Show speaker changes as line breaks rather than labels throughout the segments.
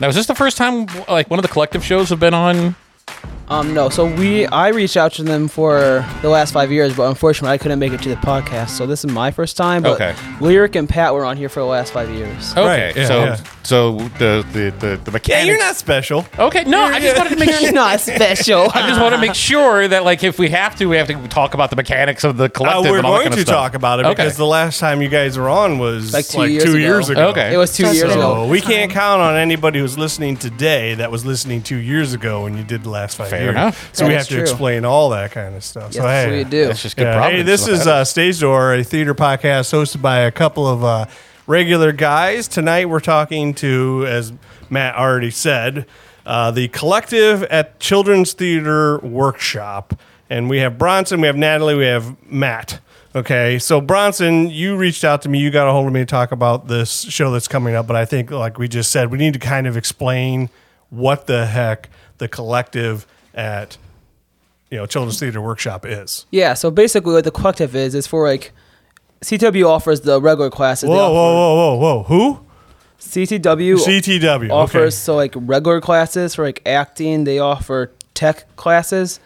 Now, is this the first time like one of the collective shows have been on?
Um, no. So we, I reached out to them for the last five years, but unfortunately, I couldn't make it to the podcast. So this is my first time. But
Okay.
Lyric and Pat were on here for the last five
Oh,
years.
Okay,
Right, yeah,
so
yeah.
so the the the, the
Yeah,
mechanics.
you're not special. Uh,
Okay, no, I just wanted to make sure.
You're not special.
I just want to make sure that, like, if we have to, we have to talk about the mechanics of the
Uh,
collective.
we're
and all that
going
kind of
to
stuff.
talk about it
Okay.
because the last time you guys were on was
Like
like
two
two,
years
years,
ago.
ago.
Okay.
it was two years
So
ago.
we can't count on anybody who's listening today that was listening two years ago when you did the last five
Fair
years.
enough.
So
That
we
is
have
true.
to explain all that kind of stuff.
Yes,
so hey,
we do.
That's just good.
Yeah,
providence
Hey, this
about
is
it.
uh, Stage Door, a theater podcast hosted by a couple of uh, regular guys. Tonight we're talking to, as Matt already said, uh, the collective at Children's Theater Workshop. And we have Bronson, we have Natalie, we have Matt. Okay, so Bronson, you reached out to me. You got a hold of me to talk about this show that's coming up. But I think, like we just said, we need to kind of explain what the heck the collective at you know Children's Theater Workshop is.
Yeah. So basically, what the collective is is for like. CTW offers the regular classes. they
Whoa,
offer-
whoa, whoa, whoa, whoa!
CTW
Who? CTW.
offers
Okay.
so like regular classes for like acting. They offer tech classes,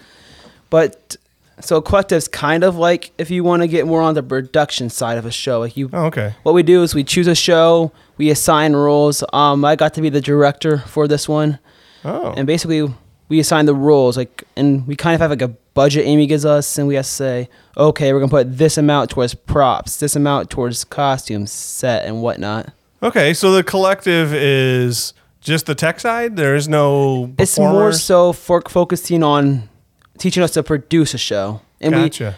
but so collectives kind of like if you want to get more on the production side of a show. Like you,
Oh, okay.
what we do is we choose a show, we assign roles. Um, I got to be the director for this one,
Oh.
and basically we assign the roles. Like, and we kind of have like a budget Amy gives us, and we have to say, okay, we're gonna put this amount towards props, this amount towards costumes, set, and whatnot.
okay, so the collective is just the tech side. There is no.
it's more
performers?
so for focusing on teaching us to produce a show. And we,
Gotcha.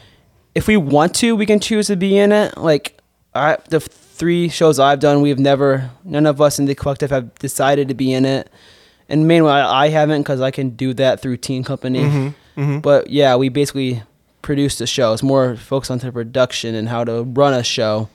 if we want to, we can choose to be in it. Like I, the three shows I've done, we've never, none of us in the collective have decided to be in it. And mainly I I haven't because I can do that through Teen Company. But yeah, we basically produce the show. It's more focused on the production and how to run a show.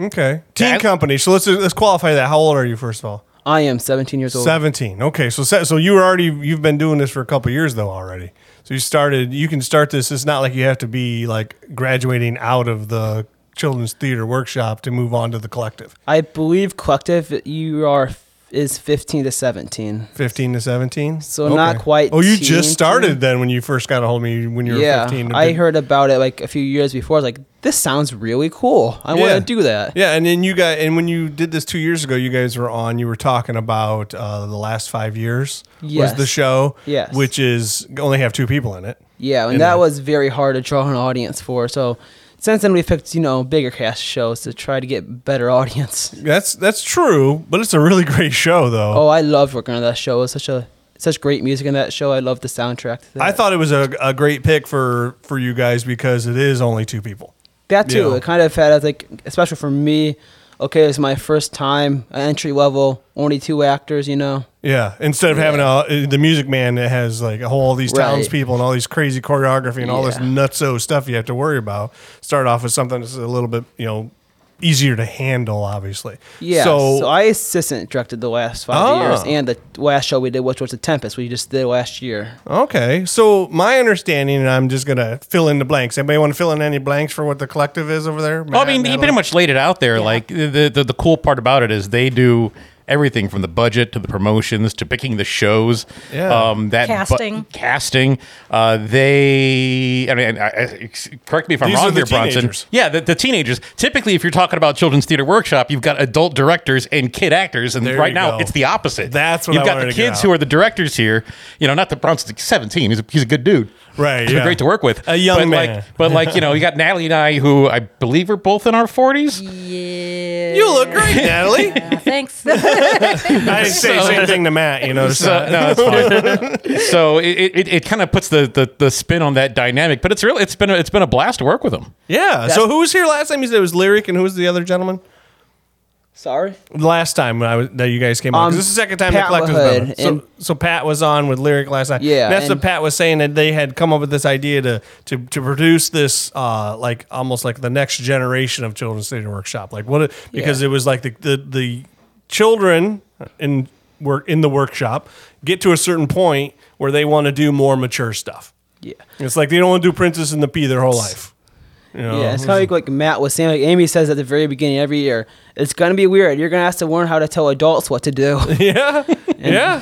okay. Teen
That-
company. So let's let's qualify that. How old are you, first of all?
I am 17 years old.
Seventeen. Okay. So se- so you were already you've been doing this for a couple years though already. So you started. You can start this. It's not like you have to be like graduating out of the children's theater workshop to move on to the collective.
I believe collective you are is 15 to 17.
15 to 17
So not quite
oh you
teen,
just started then when you first got a hold of me when you were
yeah,
15
I heard about it like a few years before. I was like, this sounds really cool. I
Yeah.
want to do that.
yeah and then you got and when you did this two years ago you guys were on you were talking about uh, the last five years
Yes.
was the show
Yes.
which is only have two people in it
Yeah, and
And
that
then-
was very hard to draw an audience for. So since then, we picked you know bigger cast shows to try to get better audience.
that's that's true but it's a really great show though
Oh, I loved working on that show. It was such a such great music in that show. I loved the soundtrack. to
i
that.
thought it was a, a great pick for for you guys because it is only two people
That too.
Yeah.
It kind of had I like, especially for me. Okay, it's my first time entry level. Only two actors, you know.
yeah, instead of having a, the music man that has like a whole all these
Right.
townspeople and all these crazy choreography and all this
Yeah.
nutso stuff you have to worry about, start off with something that's a little bit you know easier to handle, obviously.
Yeah. So,
So,
I assistant directed the last five
Ah.
years and the last show we did, which was The Tempest, we just did last year.
okay, so my understanding, and I'm just gonna fill in the blanks. Anybody want to fill in any blanks for what the collective is over there?
Well, I
Matt,
mean, he
Natalie?
pretty much laid it out there. Like the, the the cool part about it is they do everything from the budget to the promotions to picking the shows.
Yeah.
Um, that bu-
Casting.
casting. Uh, they. I mean, I, I, correct me if I'm
These
wrong
are the
here, Bronson.
teenagers.
Yeah, the, the teenagers. Typically, if you're talking about children's theater workshop, you've got adult directors and kid actors, and
There
right
you
now
go.
it's the opposite.
That's what
you've
I
got
wanted
the
to get
kids
out.
who are the directors here. You know, not that Bronson's 17. He's a, he's a good dude.
Right,
He's been
yeah.
great to work with.
A young
but
man.
Like, but like you know, you got Natalie and I, who I believe are both in our 40s.
Yeah.
you look great, Natalie.
Thanks.
I didn't say the same thing to Matt. You know,
So,
so,
no, it's fine. so it, it, it kind of puts the, the, the spin on that dynamic, but it's really it's been a, it's been a blast to work with him.
yeah. So who was here last time? You said it was Lyric, and who was the other gentleman?
Sorry.
last time when I was, that you guys came on. 'cause
Um,
this is the second time
Pat
the collective
LaHood
been on. So,
and-
so Pat was on with Lyric last night.
Yeah,
And that's
and-
what Pat was saying that they had come up with this idea to to, to produce this uh, like almost like the next generation of children's theater workshop. Like what? it- Because
Yeah.
it was like the the, the children in work in the workshop get to a certain point where they want to do more mature stuff.
Yeah.
It's like they don't want to do Princess and the Pea their whole life. You know,
yeah, it's kind of like, like Matt was saying. Like Amy says at the very beginning every year, it's gonna be weird. You're gonna have to learn how to tell adults what to do.
yeah, yeah.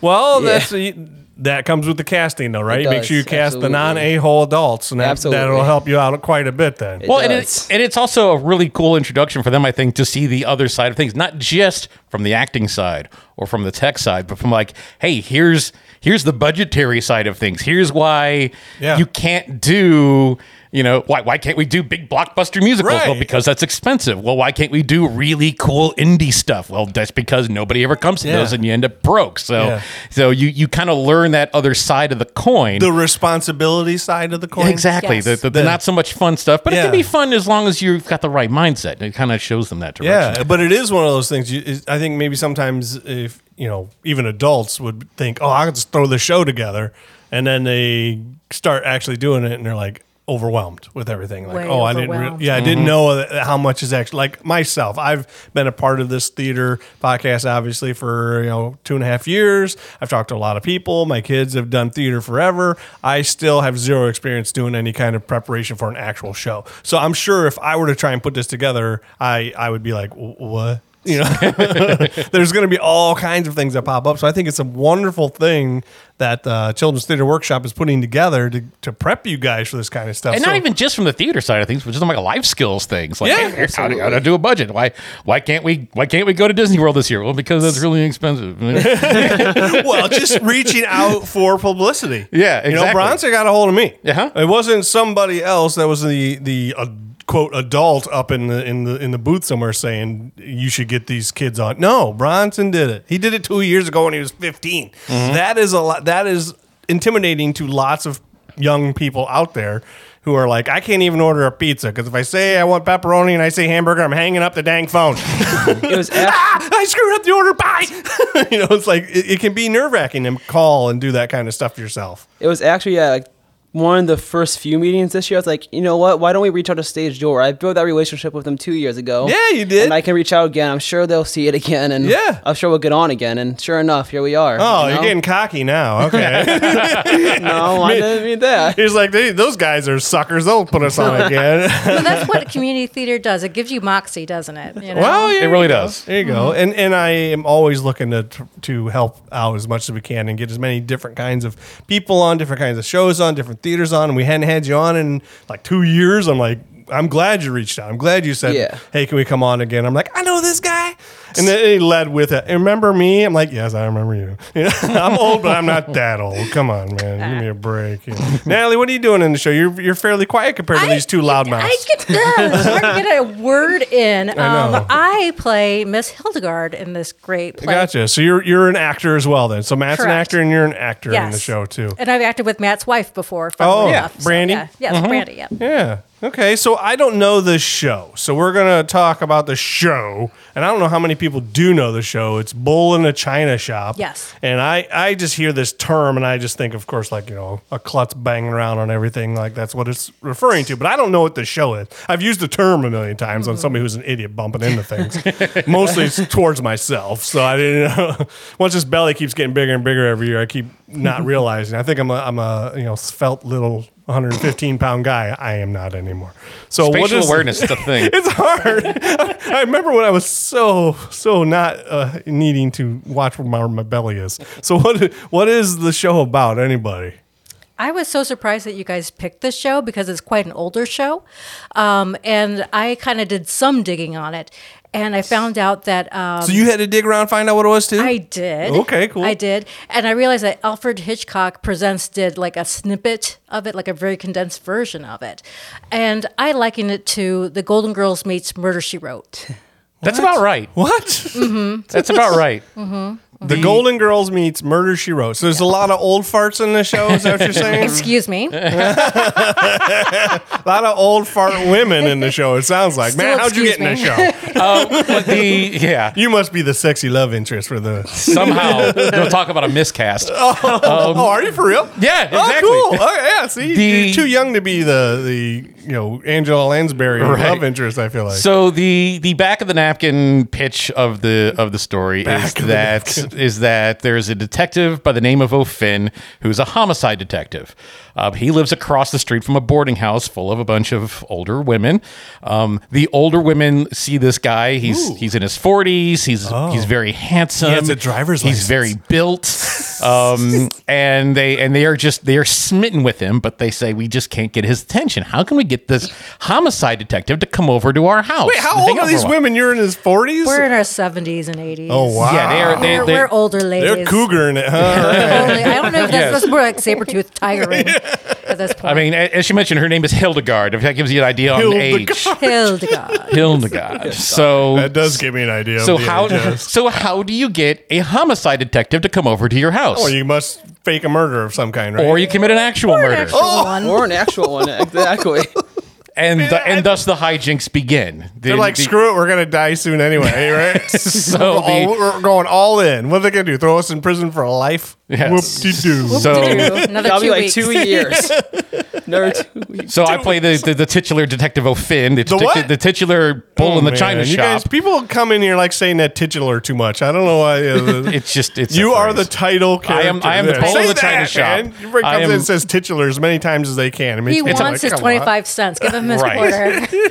Well,
Yeah.
that's that comes with the casting, though, right?
It
Make sure you
does,
cast
absolutely.
the non-a-hole adults, and that,
Absolutely.
that'll help you out quite a bit. Then,
well, and,
does.
it, and it's also a really cool introduction for them, I think, to see the other side of things, not just from the acting side or from the tech side, but from like, hey, here's here's the budgetary side of things. Here's why
Yeah.
you can't do, you know, why why can't we do big blockbuster musicals? Well,
Right.
because that's expensive. Well, why can't we do really cool indie stuff? Well, that's because nobody ever comes to
Yeah.
those, and you end up broke. So,
Yeah.
so you you kind of learn that other side of the coin.
the responsibility side of the coin,
Exactly.
Yes.
The, the,
The-
the not so much fun stuff, but it
Yeah.
can be fun as long as you've got the right mindset. It kind of shows them that direction.
Yeah, but it is one of those things. You, is- I think maybe sometimes if you know, even adults would think, "Oh, I'll just throw the show together," and then they start actually doing it, and they're like overwhelmed with everything. Like,
Way
"Oh, I didn't,
overwhelmed.
re- yeah, I didn't know that- how much is actually." Like myself, I've been a part of this theater podcast obviously for you know two and a half years. I've talked to a lot of people. My kids have done theater forever. I still have zero experience doing any kind of preparation for an actual show. So I'm sure if I were to try and put this together, I I would be like, "Wh- what? You know, there's going to be all kinds of things that pop up. So I think it's a wonderful thing that uh, Children's Theater Workshop is putting together to, to prep you guys for this kind of stuff.
And
So-
not even just from the theater side of things, but just on like life skills things. Like,
Yeah,
hey, here's how to, how to do a budget. Why why can't we why can't we go to Disney World this year? Well, because that's really
Oh,
expensive.
well, just reaching out for publicity.
Yeah,
You know,
exactly.
Bronson got a hold of me.
Uh-huh.
It wasn't somebody else that was the the uh, quote adult up in the in the in the booth somewhere saying you should get these kids on. No, Bronson did it. He did it 2 years ago when he was 15.
Mm-hmm.
That is a lot that is intimidating to lots of young people out there. Who are like, I can't even order a pizza because if I say I want pepperoni and I say hamburger, I'm hanging up the dang phone.
It was ab-
ah, I screwed up the order. Bye. you know, it's like it, it can be nerve wracking to call and do that kind of stuff yourself.
It was actually uh, like one of the first few meetings this year. I was like, you know what? Why don't we reach out to Stage Door? I built that relationship with them two years ago.
Yeah, you did.
And I can reach out again. I'm sure they'll see it again, and
Yeah.
I'm sure we'll get on again. And sure enough, here we are.
Oh,
you
you're
know?
getting cocky now. Okay.
no, I didn't mean that.
He's like, they, those guys are suckers. They'll put us on again.
Well, that's what community theater does. It gives you moxie, doesn't it? You know?
Well, yeah,
It really does.
There you go.
Mm-hmm.
And and I am always looking to to help out as much as we can and get as many different kinds of people on, different kinds of shows on, different theaters on. And we hadn't had you on in like two years. I'm like, I'm glad you reached out. I'm glad you said,
Yeah.
hey, can we come on again? I'm like, I know this guy. And then he led with it. Remember me? I'm like, yes, I remember you. you know? I'm old, but I'm not that old. Come on, man. Give me a break. You know? Natalie, what are you doing in the show? You're, you're fairly quiet compared to these two loudmouths.
I get uh, it's hard to get a word in. Um,
know.
I, play Miss Hildegard in this great play.
Gotcha. So you're you're an actor as well then. So Matt's an
Correct.
actor and you're an actor in the
Yes.
show too.
And I've acted with Matt's wife
Oh,
before. funnily
yeah.
enough. So,
Brandy? Mm-hmm.
yeah. Yes, Brandy. Yeah.
Yeah. Okay. So I don't know the show. So we're gonna talk about the show, and I don't know how many people do know the show. It's Bull in a China Shop.
Yes.
And I I just hear this term, and I just think, of course, like you know, a klutz banging around on everything. Like that's what it's referring to. But I don't know what the show is. I've used the term a million times on somebody who's an idiot bumping into things. Mostly it's towards myself. So I didn't know. Once this belly keeps getting bigger and bigger every year, I keep not realizing. I think I'm a I'm a you know svelte little 115 pound guy. I am not anymore. So what
Facial
is
awareness is the thing.
It's hard. I remember when I was so so not uh, needing to watch where my, where my belly is. So what i- what is the show about? Anybody?
I was so surprised that you guys picked this show because it's quite an older show. Um, and I kind of did some digging on it. And I found out that. Um,
So you had to dig around, find out what it was too.
I did.
Okay, cool.
I did. And I realized that Alfred Hitchcock Presents did like a snippet of it, like a very condensed version of it. And I liken it to The Golden Girls Meets Murder She Wrote.
that's about right.
what?
That's about right.
The
Mm-hmm.
Golden Girls meets Murder She Wrote. So there's a lot of old farts in the show. Is that what you're saying?
Excuse me.
a lot of old fart women in the show. It sounds like.
Still
Man, how'd you get
excuse
in the show?
But the yeah.
You must be the sexy love interest for the.
Somehow they'll talk about a miscast.
oh, are you for real?
Um, Yeah, exactly.
Oh, cool. Oh, yeah. See,
The-
you're too young to be the the you know Angela Lansbury
Right.
love interest. I feel like.
So the the back of the napkin pitch of the of the story is
of the
that is that there's a detective by the name of O'Finn who's a homicide detective. Uh, he lives across the street from a boarding house full of a bunch of older women. Um, the older women see this guy. He's he's in his forties. He's he's very handsome.
Oh. He has a driver's
He's
license.
very built. Um, and they and they are just they are smitten with him. But they say we just can't get his attention. How can we get this homicide detective to come over to our house?
Wait,
and
how
hang
old
out
are
for
these
a while?"
women? You're in his 40s?
We're in our 70s and 80s.
oh, wow.
Yeah, they are. They,
We're,
they-
we're older ladies.
They're cougaring it, huh?
We're older- I don't know if that's,
Yes.
that's more like saber tooth tiger ring at this point.
I mean, a- as she mentioned, her name is Hildegard. If that gives you an idea on
Hildegard.
age,
Hildegard.
Hildegard. So
That does give me an idea.
So
of the
how
ages.
so how do you get a homicide detective to come over to your house,
Or you must fake a murder of some kind, right?
Or you commit an actual murder,
Actual one.
or an actual one exactly.
and the, and thus the hijinks begin. The-
They're like,
the-
screw it, we're gonna die soon anyway, right?
So
we're, all,
the-
we're going all in. What are they gonna do? Throw us in prison for life?
Yes.
Whoop-de-doo.
So,
Two. Another
That'll
two
be like
weeks.
two years. Another two weeks.
so I play the, the, the titular detective O'Finn, the, titu-
what?
the titular bull
Oh,
in the
man.
china
you
shop.
Guys, people come in here like saying that titular too much. I don't know why. uh, the-
it's just it's
you
a
are the
phrase.
title
I
character.
am- I am the
there.
bull
Say
in the
that,
china shop.
Man. Everybody
I
comes in
am-
and says titular as many times as they can. I mean,
He
it's
wants
like,
his
come on.
25 cents. Give him his
Right.
quarter.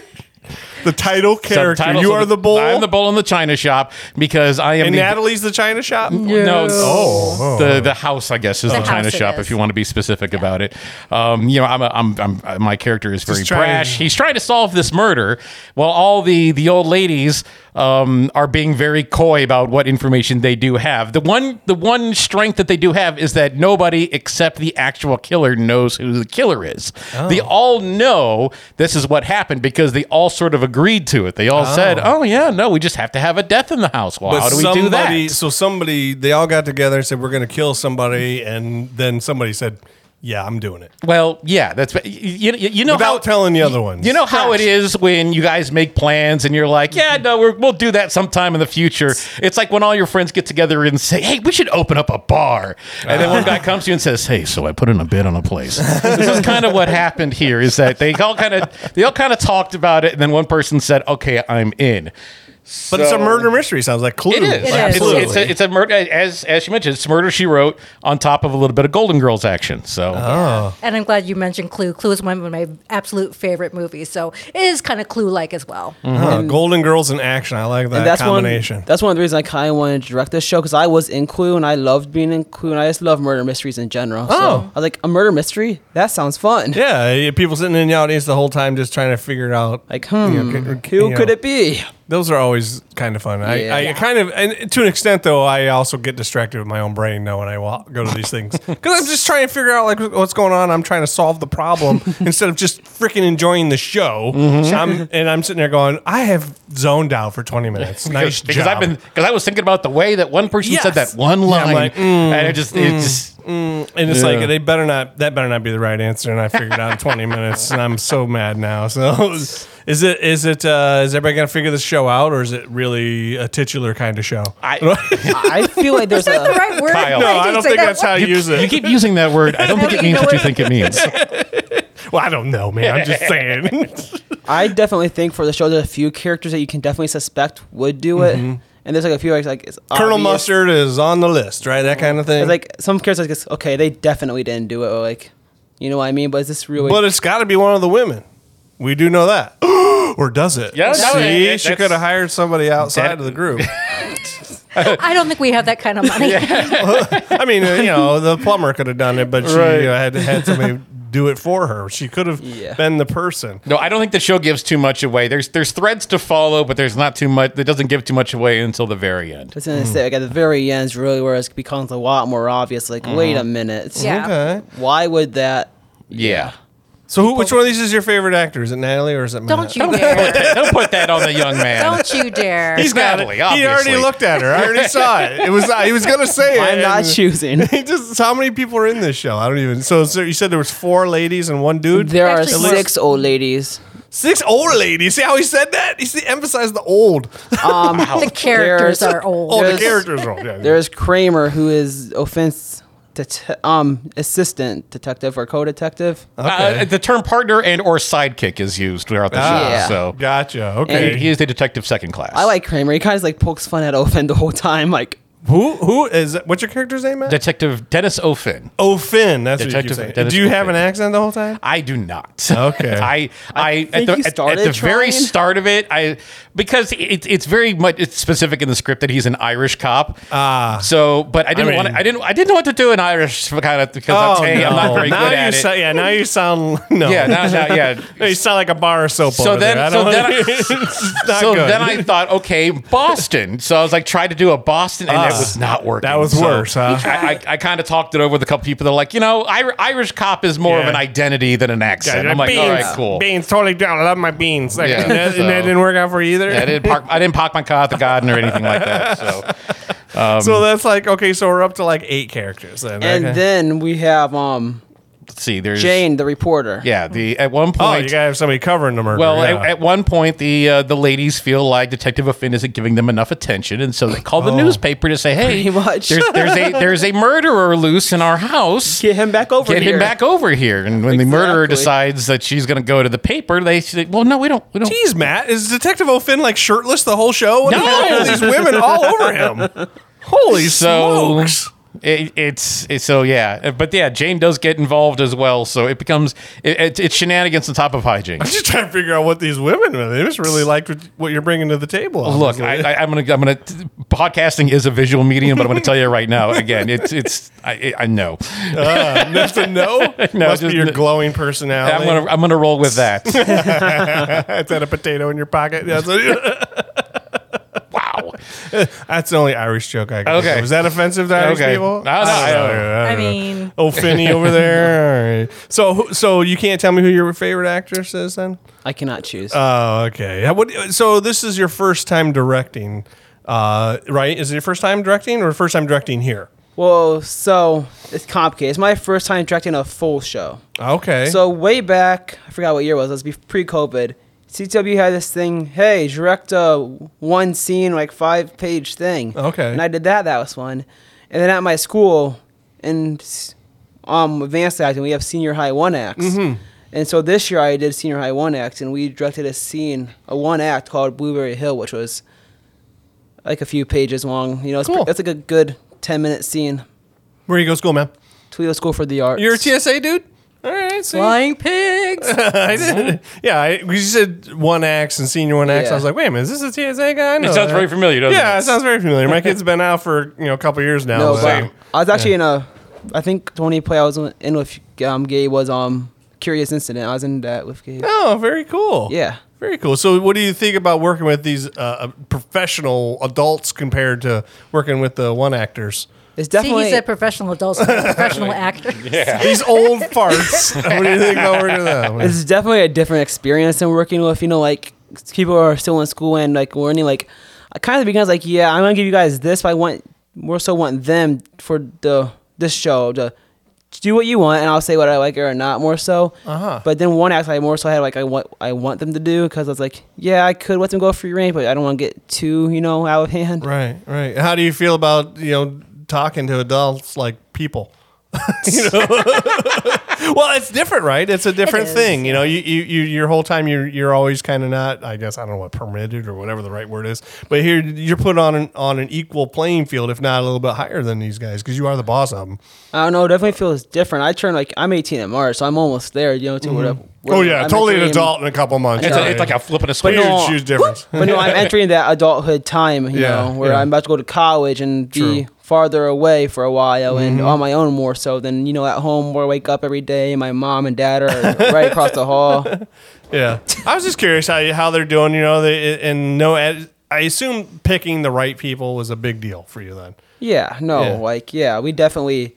The title character.
Subtitles
you
of
are the bull.
I'm the bull in the china shop because I am
And
the,
Natalie's the china shop.
No.
Oh.
The the house, I guess, is the,
The house
china
it
shop.
is.
If you want to be specific about it, um, you know, I'm, a, I'm, I'm, i my character is very
Just trying to-
brash. He's trying to solve this murder while all the the old ladies um, are being very coy about what information they do have. The one the one strength that they do have is that nobody except the actual killer knows who the killer is.
Oh.
They all know this is what happened because they all sort of agreed to it. They all said, "Oh yeah, no, we just have to have a death in the house." Well,
But
how do we
somebody,
do that?
So somebody, they all got together and said, "We're going to kill somebody," and then somebody said, "Yeah, I'm doing it."
Well, yeah, that's you, you, you know
Without
how
telling the other ones.
You know how it is when you guys make plans and you're like, yeah, no, we're, we'll do that sometime in the future. It's like when all your friends get together and say, hey, we should open up a bar, and then one
Ah.
guy comes to you and says, hey, so I put in a bid on a place. this is kind of what happened here. Is that they all kind of they all kind of talked about it, and then one person said, okay, I'm in.
But it's a murder mystery. Sounds like Clue.
It is.
is.
It's,
Absolutely.
it's a, it's a murder, as as she mentioned, it's murder she wrote on top of a little bit of Golden Girls action. So
and I'm glad you mentioned Clue. Clue is one of my absolute favorite movies. So it is kind of Clue like as well.
Uh-huh.
Huh, Uh, Golden Girls in action. I like that
And that's one.
combination.
That's one of the reasons I kind of wanted to direct this show because I was in Clue and I loved being in Clue and I just love murder mysteries in general. So
Oh.
I was like a murder mystery. That sounds fun.
yeah, yeah, people sitting in the audience the whole time just trying to figure it out.
Like, hmm,
You know,
who
you
could
know.
it be?
Those are always kind of fun. I,
Yeah.
I kind of, and to an extent though, I also get distracted with my own brain now when I wa- go to these things because I'm just trying to figure out like what's going on. I'm trying to solve the problem instead of just freaking enjoying the show. I'm, and I'm sitting there going, I have zoned out for 20 minutes. Nice
because
job.
I've been because I was thinking about the way that one person said
Yes.
that one
Yeah, I'm
line,
like, mm,
and it just it just
and it's
Yeah.
like they better not. That better not be the right answer. And I figured out in 20 minutes, and I'm so mad now. So is it is it uh, is everybody gonna figure this show out, or is it really a titular kind of show?
I
I feel like there's
Is that the
a.
right word?
Kyle.
no,
I
I
didn't
don't
say
think
that
that's how
word.
you use it.
you keep using that word. I don't think it
don't
means
know
what you
what-
think it means.
Well, I don't know, man. I'm just saying.
I definitely think for the show there's a few characters that you can definitely suspect would do it, and there's like a few like, like it's
Colonel
obvious.
Mustard is on the list, right? That kind of thing.
It's like some characters like it's, okay, they definitely didn't do it. Or like, you know what I mean? But is this really?
but it's got to be one of the women. We do know that. or does it?
Yeah, no,
See,
it- it-
she
that's-
could have hired somebody outside of the group.
I don't think we have that kind of money.
I mean, uh, you know, the plumber could have done it, but she
Right.
you know, had had somebody do it for her. She could have
Yeah.
been the person.
No, I don't think the show gives too much away. There's there's threads to follow, but there's not too much. It doesn't give too much away until the very end.
It's
Mm.
gonna say like at the very end is really where it becomes a lot more obvious.
Mm-hmm.
Like, wait a minute,
Yeah.
Okay.
why would that?
Yeah,
So, who, which one of these is your favorite actor? Is it Natalie or is it Matt?
Don't you dare.
don't put that on the young man.
Don't you dare.
He's
got
Natalie,
it. He already
obviously.
looked at her. I already saw it. It was. He was gonna say it.
I'm not
and-
choosing.
He just how many people are in this show? I don't even. So, so you said there was four ladies and one dude.
There are
Actually,
At least-
six old ladies.
six old ladies. See how he said that? He see, emphasized the old.
Um,
The characters
There's-
are old.
Oh, the
There's-
characters are old. Yeah.
There's Kramer, who is offense det- um assistant detective or co-detective.
Uh, the term partner and or sidekick is used throughout the show.
Ah,
Yeah.
So
gotcha.
he,
Okay.
he is the detective second class.
I like Kramer. He kind of like pokes fun at Ofen the whole time. Like,
Who who is what's your character's name? Matt?
Detective Dennis O'Finn.
O'Finn. That's what you keep
Detective
saying.
Dennis
Do you have
O'Finn.
an accent the whole time?
I do not.
Okay.
I I, at
think
the,
you
at- at
started
the very
trying.
start of it, I because it, it's very much it's specific in the script that he's an Irish cop. Ah. so, but I didn't
mean-
want to, I didn't I didn't want to do an Irish kind of because I'm, hey, I'm not very
Oh, now
good
you
at it.
sou- yeah, now you sound no.
yeah, now, now, yeah.
No, you sound like a bar of soap.
So
over
then-
there. I
so
don't-
then I-
it's not
so
good.
then I thought, okay, Boston. So I was like, tried to do a Boston, and that
Ah,
was not working.
that was
So
worse, huh?
I, I, I kind of talked it over with a couple people. They're like, you know, Ir- Irish cop is more of
Yeah.
an identity than an accent. I'm like,
beans,
all right, cool.
Beans, totally down. I love my beans. Like,
Yeah,
and, that, and that
so-
didn't work out for you either.
I didn't park. I didn't park my car at the garden or anything like that. So
so that's like okay. So we're up to like eight characters. Then,
And
okay.
then we have um
let's see. There's
Jane, the reporter.
Yeah. The at one
oh,
point.
you gotta have somebody covering the murder.
well,
yeah.
at, at one point, the uh, the ladies feel like Detective Affin isn't giving them enough attention, and so they call the newspaper to say, "Hey,
Oh. Pretty much.
there's there's a there's a murderer loose in our house.
Get him back over
Get
here.
him back over here." And when the murderer
Exactly.
decides that she's going to go to the paper, they say, "Well, no, we don't. We don't.
Jeez, Matt, is Detective O'Finn like shirtless the whole show? What
No!
the hell are these women all over him. Holy
so
smokes!
it, it's it, so yeah, but yeah, Jane does get involved as well. So it becomes it, it, it's shenanigans on top of
I'm
hijinks.
just trying to figure out what these women are. They just really liked what- what you're bringing to the table.
Look,
obviously.
I, I, I'm gonna I'm gonna podcasting is a visual medium, but I'm gonna tell you right now. Again, it's it's I, I know.
uh, that's a no. Must
just
be your
n-
glowing personality.
I'm gonna I'm gonna roll with that.
That's had a potato in your pocket. That's,
wow.
that's the only Irish joke I got.
Okay.
Was that offensive to Irish
Okay.
people?
No, no, I don't-
I mean,
Oh, Finney over there. All right. So, who- so you can't tell me who your favorite actress is then?
I cannot choose.
Oh, okay. Yeah, What, so this is your first time directing, uh, right? Is it your first time directing or first time directing here?
well, so it's complicated. It's my first time directing a full show.
Okay.
So way back, I forgot what year it was. It was be pre-COVID. CW had this thing. Hey, direct a one scene, like five page thing.
Okay.
And I did that. That was fun. And then at my school, in s- um advanced acting, we have senior high one acts.
Mm-hmm.
And so this year I did senior high one act, and we directed a scene, a one act called Blueberry Hill, which was like a few pages long. You know, it's,
Cool.
cool. it's like a good ten minute scene.
where you go to school, man?
Toledo School for the Arts.
You're a TSA dude. All right. See.
flying pigs.
I did. Yeah, I, 'cause you said one X and senior one X. I
Yeah.
was like, wait a minute, is this a TSA guy? I know
It sounds
that.
very familiar, doesn't
Yeah,
it?
it sounds very familiar. My kid's been out for you know a couple years now.
No,
but-
but I was actually in a. I think the only play I was in with um, Gabe was um Curious Incident. I was in that with Gabe.
Oh, very cool.
Yeah.
Very cool. So, what do you think about working with these uh, professional adults compared to working with the one actors?
It's
See,
definitely
he said professional adults, not professional actors.
These old farts. what do you think about working with them?
it's definitely a different experience than working with you know like people who are still in school and like learning like I kind of becomes like yeah I'm gonna give you guys this but I want more so want them for the this show to do what you want and I'll say what I like or not more so.
Uh-huh.
But then one act I more so had like I want I want them to do because I was like yeah I could let them go free range but I don't want to get too you know out of hand.
Right, right. How do you feel about you know talking to adults like people? you know, well, it's different, right? It's a different
is.
thing. You know, you, you, you your whole time you're you're always kind of not. I guess I don't know what permitted or whatever the right word is, but here you're put on an, on an equal playing field, if not a little bit higher than these guys, because you are the boss of them.
I don't know. It definitely feels different. I turn like I'm 18 in March, so I'm almost there. You know, to whatever.
oh yeah,
I'm
totally an
entering-
adult in a couple months.
It's,
right?
a, it's like a flip and a
huge,
switch.
no,
huge difference.
But no, I'm entering that adulthood time. You
Yeah,
know, where
yeah.
I'm about to go to college and
True. Mm-hmm.
be farther away for a while and on my own more so than you know at home where I wake up every day. My mom and dad are right across the hall.
Yeah, I was just curious how you- how they're doing. You know, they, and no, ad, I assume picking the right people was a big deal for you then.
Yeah, no,
Yeah.
like yeah, we definitely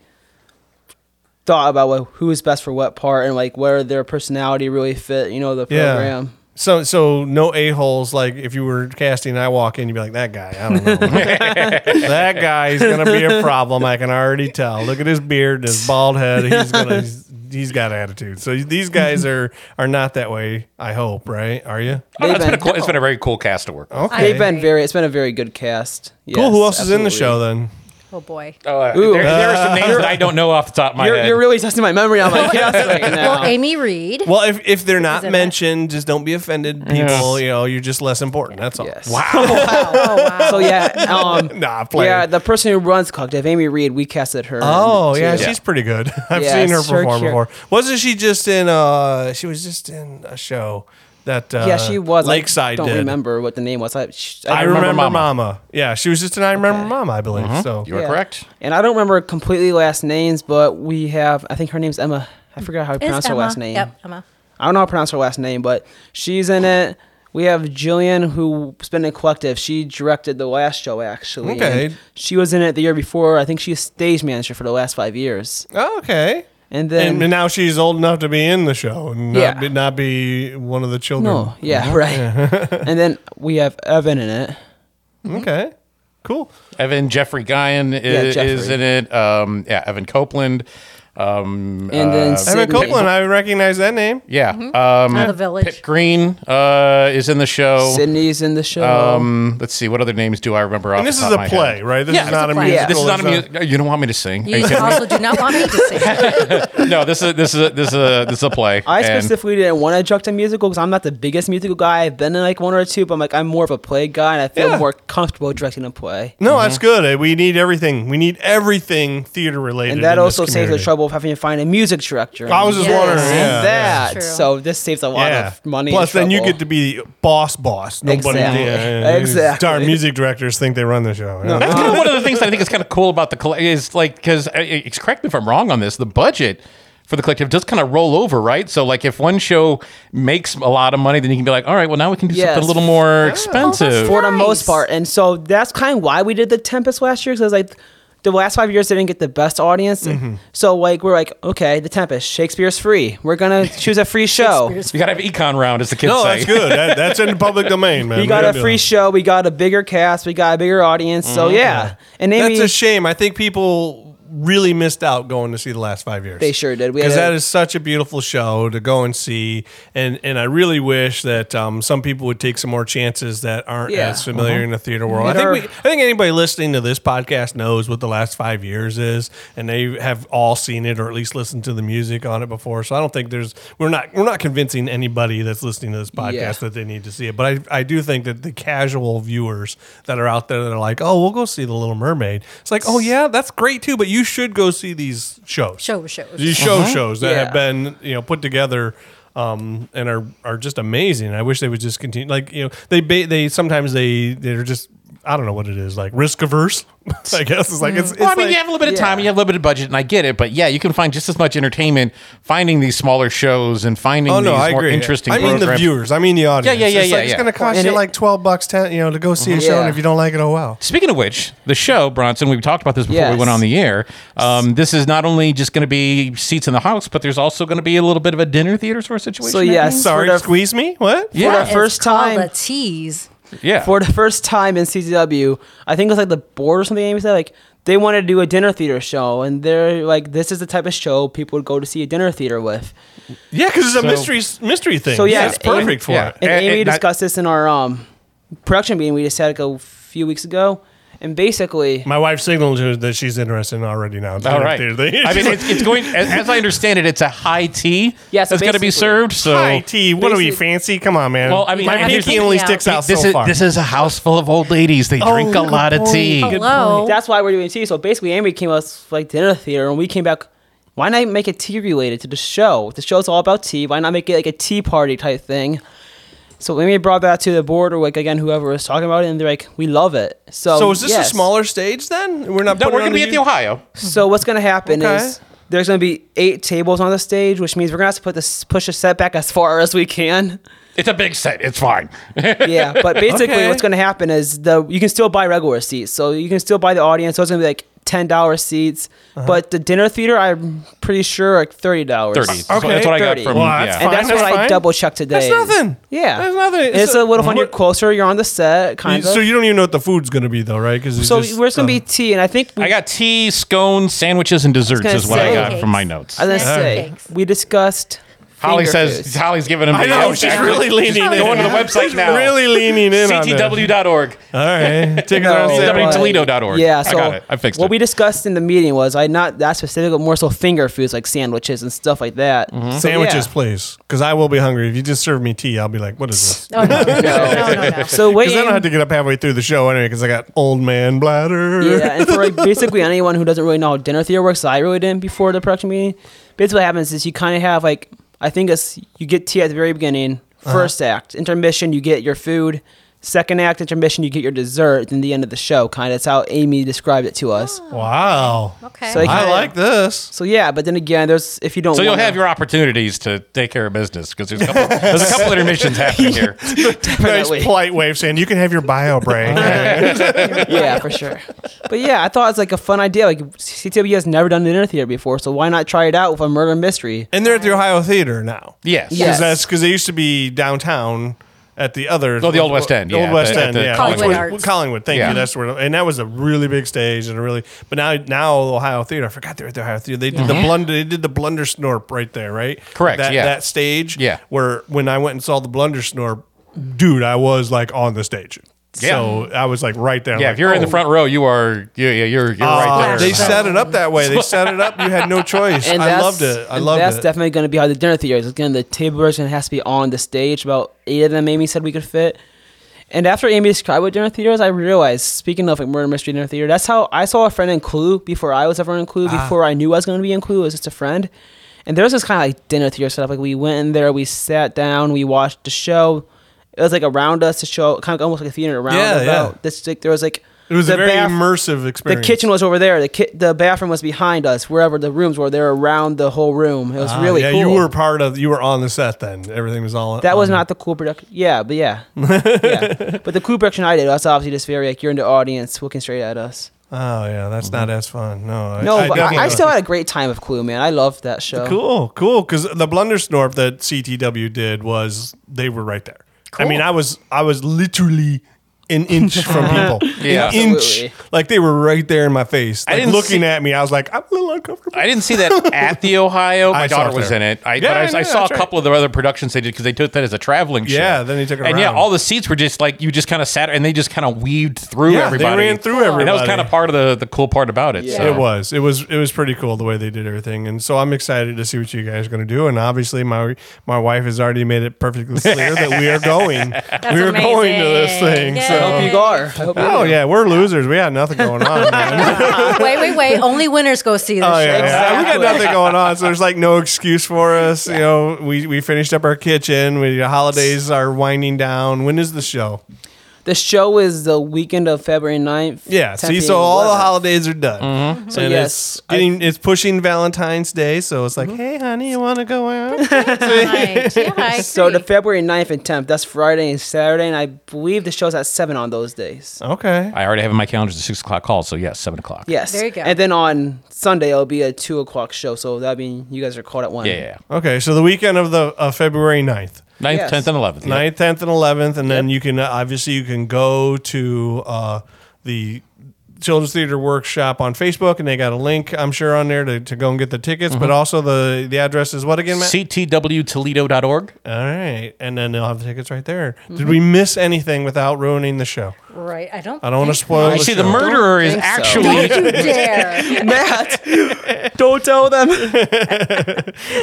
thought about what, who is best for what part and like where their personality really fit. You know, the program.
So so no a holes. Like if you were casting, I walk in, you'd be like that guy. I don't know. that guy's gonna be a problem. I can already tell. Look at his beard, and his bald head. He's gonna. He's, he's got attitude. So these guys are are not that way. I hope. Right? Are you?
Oh,
They've
it's been a
been-
cool, it's been a very cool cast to work. with.
Okay.
They've been very. It's been a very good cast.
cool.
Yes,
Who else is in the
absolutely.
show then?
Oh boy.
Uh, there, there are some names that I don't know off the top of my
You're,
head.
you're really testing my memory on my guess right now.
Uh,
Well, Amy Reed.
Well, if, if they're not
Is it
mentioned, just don't be offended, people. You know, you're just less important. That's all.
Yes.
wow.
wow. Oh wow.
So yeah, um,
Nah, player.
yeah, the person who runs Collective, Amy Reed, we casted her. in
Oh
it,
yeah,
too.
she's pretty good. I've
Yeah,
seen her
it's her
perform
cure-
before. Wasn't she just in? uh She was just in a show that. Uh,
yeah, she was.
Lakeside.
I don't
did.
remember what the name was. I, sh-
I,
don't
remember,
Remember
Mama.
Mama.
Yeah, she was just in I Remember Mama, I believe. So
You are
Yeah.
correct.
And I don't remember completely last names, but we have. I think her name's Emma. I forgot how to
Is
pronounce her
Emma-
last name.
Yep, Emma.
I don't know how to pronounce her last name, but she's in it. We have Jillian, who's been in Collective. She directed the last show, actually.
Okay.
and She was in it the year before. I think she's stage manager for the last five years.
Oh, okay.
And then.
And, and now she's old enough to be in the show and not,
Yeah.
be, not be one of the children.
no, yeah, right. and then we have Evan in it.
Okay. Cool.
Evan Jeffrey Guyan i- is,
Jeffrey.
in it. Um, yeah, Evan Copeland. Um,
And then
uh,
Sid-
Evan
Sydney.
Copeland, I recognize that name.
yeah,
Mm-hmm. Out
um,
of the village.
Pip Green uh, is in the show.
Sydney's in the show.
Um, let's see, what other names do I remember? Off
And this
the
is
top
a
of my
play,
head?
right? This
Yeah,
is
it's
not
a
a
play.
musical.
This is not a
it's
mu- You don't want me to sing? Are you
You
kidding me?
also do not want me to say that.
No, this is this is a, this is a this is a play.
I
and-
specifically didn't want to jump to musical because I'm not the biggest musical guy. I've been in like one or two, but I'm like I'm more of a play guy, and I feel
Yeah.
more comfortable directing a play.
No,
Mm-hmm.
that's good. We need everything. We need everything theater related.
And that
in this
also saves the
community.
trouble of having to find a music director.
I was just
Yes,
wondering.
and
Yeah.
that.
True.
So this saves a lot
yeah.
of money.
Plus,
and
then you
trouble.
get to be boss, boss. Nobody.
Exactly. Exactly.
Darn music directors think they run the show. Yeah.
That's kind
Uh.
of one of the things that I think is kind of cool about the coll- is like because correct me if I'm wrong on this, the budget for the collective does kind of roll over, right? So like if one show makes a lot of money, then you can be like, all right, well now we can do
Yes.
something a little
Oh,
more expensive.
for the most
Nice.
part. And so that's kind of why we did the Tempest last year because like the last five years didn't get the best audience.
Mm-hmm.
So like we're like okay, the Tempest, Shakespeare's free. We're gonna choose a free show.
Shakespeare's
you gotta have econ round, as the kids
No,
say.
that's good. That, that's in the public domain, man.
We
We
got a
gotta do
free
that.
show. We got a bigger cast. We got a bigger audience. So yeah, and Amy,
Mm-hmm. That's a shame. I think people really missed out going to see the last five years.
They sure did. We
Because
had a-
that is such a beautiful show to go and see, and and I really wish that um, some people would take some more chances that aren't
Yeah. Uh-huh.
as familiar in the theater world. I
And
think
our-
we, I think anybody listening to this podcast knows what the last five years is, and they have all seen it or at least listened to the music on it before. So I don't think there's we're not we're not convincing anybody that's listening to this podcast
Yeah.
that they need to see it. But I, I do think that the casual viewers that are out there that are like, oh, we'll go see The Little Mermaid. It's like, oh yeah, that's great too, but you should go see these shows.
Show shows.
These show shows that have
Yeah.
been you know put together. Um, and are are just amazing. I wish they would just continue. Like you know, they ba- they sometimes they they're just I don't know what it is like risk averse. I guess it's like it's, it's
Mm. Well, I mean,
like-
you have a little bit of time,
Yeah.
you have a little bit of budget, and I get it. But yeah, you can find just as much entertainment finding these smaller shows and finding
oh no,
these
I
more
agree.
interesting.
I mean the
programs.
viewers. I mean the audience.
yeah,
it's
yeah,
like, It's
yeah. Mm-hmm.
gonna cost
And
you
it-
like twelve bucks, ten. You know, to go see a show, and
Yeah.
if you don't like it, oh well.
Speaking of which, the show, Bronson, we talked about this before we
Yes.
went on the air. Um, this is not only just going to be seats in the house, but there's also going to be a little bit of a dinner theater sort of situation.
So,
I
yes.
think?
Sorry,
the-
squeeze me. What?
Yeah.
the first
it's called
time-
a tease.
yeah.
for the first time in CCW, I think it was like the board or something. Amy said like they wanted to do a dinner theater show, and they're like, this is the type of show people would go to see a dinner theater with.
Yeah, because it's a
So-
mystery s- mystery thing.
So, yeah,
it's
and-
perfect for
yeah.
it.
And
And-
Amy
and that-
discussed this in our um, production meeting we just had like a few weeks ago, and basically.
My wife signaled to- that she's interested in already now.
All right.
There- there-
I mean, it's, it's going, as, as I understand it, it's a high tea
Yeah,
Yes,
so
that's going to be
basically-
served. So
Hi, T. What are we
Basically-
fancy? Come on, man.
Well, I mean,
my
and here's
pinky
the-
only
Yeah.
sticks out
this,
so
is,
far.
this is a house full of old ladies. They
Oh,
drink a
good
lot of
point.
tea.
Good
Hello.
That's why we're doing tea. So basically, Amy came up with like dinner theater, and we came back. Why not make it tea related to the show? The show's all about tea. Why not make it like a tea party type thing? So Amy brought that to the board, or like again, whoever was talking about it, and they're like, "We love it." So
so Oh, is this
yes.
a smaller stage then? We're not.
oh, No, we're
putting it on
going to be at the
U-
Ohio.
So what's gonna happen
Okay.
is there's gonna be eight tables on the stage, which means we're gonna have to put this push a set back as far as we can.
It's a big set. It's fine.
yeah, but basically,
Okay.
what's going to happen is the you can still buy regular seats, so you can still buy the audience. So it's going to be like ten dollars seats,
Uh-huh.
but the dinner theater, I'm pretty sure like thirty dollars.
30. That's, what,
Okay,
that's what I got
30.
from.
Well, that's
yeah.
And
Fine,
that's, what
that's
I
fine.
double checked today.
That's nothing.
Yeah,
That's nothing.
It's,
It's
a,
a-
little fun. You're
what-
closer. You're on the set, kind of.
So you uh, don't even know what the food's going to be though, right? Because
so we're just gonna be tea, and I think we,
I got tea, scones, sandwiches, and desserts
gonna
is what I
say-
got from my notes.
I was gonna
Snack
say
cakes.
we discussed
Holly says
fingers.
Holly's giving him.
I
the
know
exact-
she's really leaning in.
Going to the website
She's
now.
Really leaning in. on this.
CTW.org.
All right, tickets
No,
are on sale.
but-
www.toledo.org.
uh, Yeah,
I
so
got it. I fixed
what
it.
we discussed in the meeting was I not that specific, but more so finger foods like sandwiches and stuff like that.
Mm-hmm.
So,
Sandwiches,
yeah.
please, because I will be hungry. If you just serve me tea, I'll be like, "What is this?"
No, Oh, no, no, no, no, no.
So
Because I don't have
waiting.
to get up halfway through the show anyway. Because I got old man bladder.
Yeah, and for like basically anyone who doesn't really know how dinner theater works, I really didn't before the production meeting. Basically, what happens is you kind of have like I think it's you get tea at the very beginning,
Uh-huh.
1st act, intermission, you get your food. Second act intermission, you get your dessert. Then the end of the show, kind of. That's how Amy described it to us.
Oh.
Wow.
Okay.
So I
I
kinda-
like this.
So yeah, but then again, there's if you don't.
so you'll
wanna-
have your opportunities to take care of business because there's a couple, there's a couple intermissions happening here.
Nice
Definitely.
polite wave saying you can have your bio break.
yeah, for sure. But yeah, I thought it's like a fun idea. Like CTW has never done dinner theater before, so why not try it out with a murder mystery?
and they're at the Ohio Theater now.
Yes.
Yeah.
Because that's because they used to be downtown at the other.
Oh, the Old West End,
The
yeah,
Old
at
West
the-
End.
at the
yeah.
Collingwood
Which was-
Arts.
Collingwood. Thank
Yeah.
you. That's where. And that was a really big stage and a really. But now, now Ohio Theater. I forgot they were at the Ohio Theater. They did the blunder. They did the blunder snorp right there. Right.
Correct,
That,
yeah.
That stage.
Yeah.
Where when I went and saw the blunder snorp, dude, I was like on the stage.
Yeah.
So I was like right there.
Yeah,
like,
if you're in the
oh.
front row, you are yeah, yeah, you're you're right there.
They set it up that way. They set it up. You had no choice. I
that's-
loved it. I
and
loved
That's
it.
definitely going to be how the dinner theater is. Again, the table version has to be on the stage. About eight of them, Amy said we could fit. And after Amy described what dinner theater is, I realized, speaking of like murder mystery dinner theater, that's how I saw a friend in Clue before I was ever in Clue,
Ah.
before I knew I was going to be in Clue, it was just a friend. And there was this kind of like dinner theater setup. Like we went in there, we sat down, we watched the show. It was like around us to show, kind of almost like a theater around.
Yeah, yeah.
about. This like there was like
It was
the
a very
bath-
immersive
the
experience.
kitchen was over there. The ki- the bathroom was behind us. Wherever the rooms were, they were around the whole room. It was
Ah,
really
yeah,
cool.
you were part of. You were on the set then. Everything was all.
that was
on-
not the cool production. Yeah, but yeah, yeah. But the cool production I did, that's obviously just very like you're in the audience looking straight at us.
Oh yeah, that's not as fun. No,
No, but
definitely-
I, I still had a great time of Clue, man. I loved that show.
Cool, cool. Because the blundersnorp that CTW did was they were right there. I mean, I was I was literally an inch from people.
Yeah.
an inch.
Absolutely.
Like they were right there in my face. Like,
didn't
looking
see-
at me. I was like, I'm a little uncomfortable.
I didn't see that at the Ohio. My
I saw
daughter
it
was
there.
in it. I,
Yeah,
but I,
I
I
know,
saw a
that's right.
couple of the other productions they did because they took that as a traveling show.
Yeah, then they took it
And yeah,
around.
all the seats were just like you just kind of sat and they just kind of weaved through
Yeah, they
everybody.
ran through
And that was
everybody.
kind of part of the the cool part about it. so.
It was. It was. It was pretty cool the way they did everything, and so I'm excited to see what you guys are going to do. And obviously, my my wife has already made it perfectly clear that we are going. we are going to this thing.
I
So.
hope you are. I hope you
Oh yeah, we're losers. We had nothing going on. man.
wait, wait, wait. Only winners go see this
Oh yeah,
show.
yeah. we got
Exactly.
nothing going on. So there's like no excuse for us. You know, we we finished up our kitchen. We the holidays are winding down. When is the show?
The show is the weekend of February 9th.
Yeah.
10th
See,
through
so all the
11th.
holidays are done. So and
yes, Mm-hmm.
it's getting it's pushing Valentine's Day. So it's like, hey, honey, you want to go out?
Right. Yeah, I
So the
agree.
February 9th and 10th, that's Friday and Saturday, and I believe the show's at 7 on those days.
okay.
I already have in my calendar the six o'clock call. So yes, seven o'clock.
Yes.
There you go.
And then on Sunday it'll be a two o'clock show, so that mean you guys are caught at one.
Yeah, yeah, yeah.
Okay. So the weekend of the of February 9th.
Ninth,
Yes.
tenth, and eleventh. Yeah.
9th, 10th, and 11th. And then you can uh, obviously you can go to uh, the Children's Theater Workshop on Facebook, and they got a link I'm sure on there to, to go and get the tickets.
Mm-hmm.
But also the the address is what again, Matt?
CTWToledo.org.
All right, and then they'll have the tickets right there.
Mm-hmm.
Did we miss anything without ruining the show?
right. I don't.
I don't want to
think-
spoil.
I
the
see
show.
the murderer is
think so.
actually
Don't you dare.
Matt, don't tell them.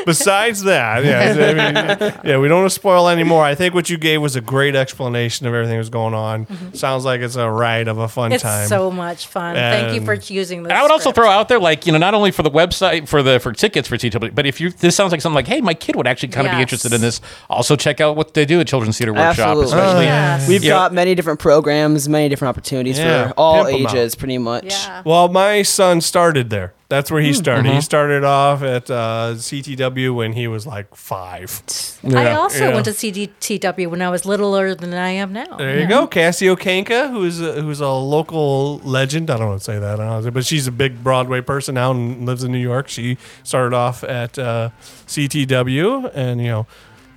Besides that, yeah, I mean, yeah, we don't want to spoil anymore. I think what you gave was a great explanation of everything that was going on. Sounds like it's a ride of a fun
Mm-hmm. It's
time. Um,
so much fun. Thank you
And-
for choosing this.
And I would also
script.
throw out there, like you know, not only for the website for the for tickets for TW, but if you this sounds like something like, hey, my kid would actually kind of be
Yes.
interested in this. Also, check out what they do at Children's Theater Workshop,
Absolutely.
especially.
Oh, Yes.
We've
Yeah.
got many different programs, many different opportunities
Yeah,
for all
pimp 'em out.
ages, pretty much.
Yeah.
Well, my son started there. That's where he
Hmm.
started.
Mm-hmm.
He started off at uh, CTW when he was like five.
I also
yeah.
went to CDTW when I was littler than I am now.
There you go, Cassio Kanka, who's a, who's a local legend. I don't want to say that, I don't know, but she's a big Broadway person now and lives in New York. She started off at uh, CTW, and you know,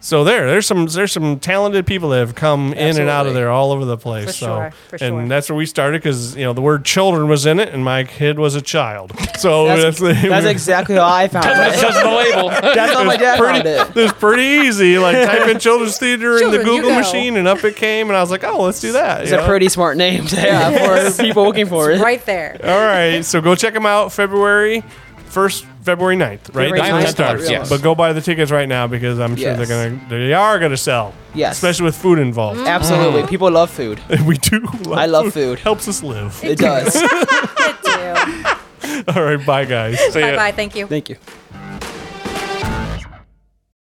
So there, there's some there's some talented people that have come in and out of
Absolutely.
there all over the place.
For
so,
sure, for sure.
and that's where we started because you know the word children was in it, and my kid was a child. So
That's, that's exactly how I found it.
Because of the label.
That's how my dad found it.
it was pretty easy. Like type in children's theater in the
Children, you
Google
go.
machine, and up it came. And I was like, oh, let's do that.
It's
you
a
know?
pretty smart name to have for people looking for it.
right there.
All right, so go check them out February first, February 9th, right?
February
That's when it
9th,
starts.
yes.
But go buy the tickets right now because I'm sure
Yes.
they're gonna they are gonna sell.
Yes.
especially with food involved.
Absolutely. People love food.
we do. Love
I love food.
Helps us live.
It does.
Thank you.
All right, bye guys.
So, yeah.
Bye bye. Thank you.
Thank you.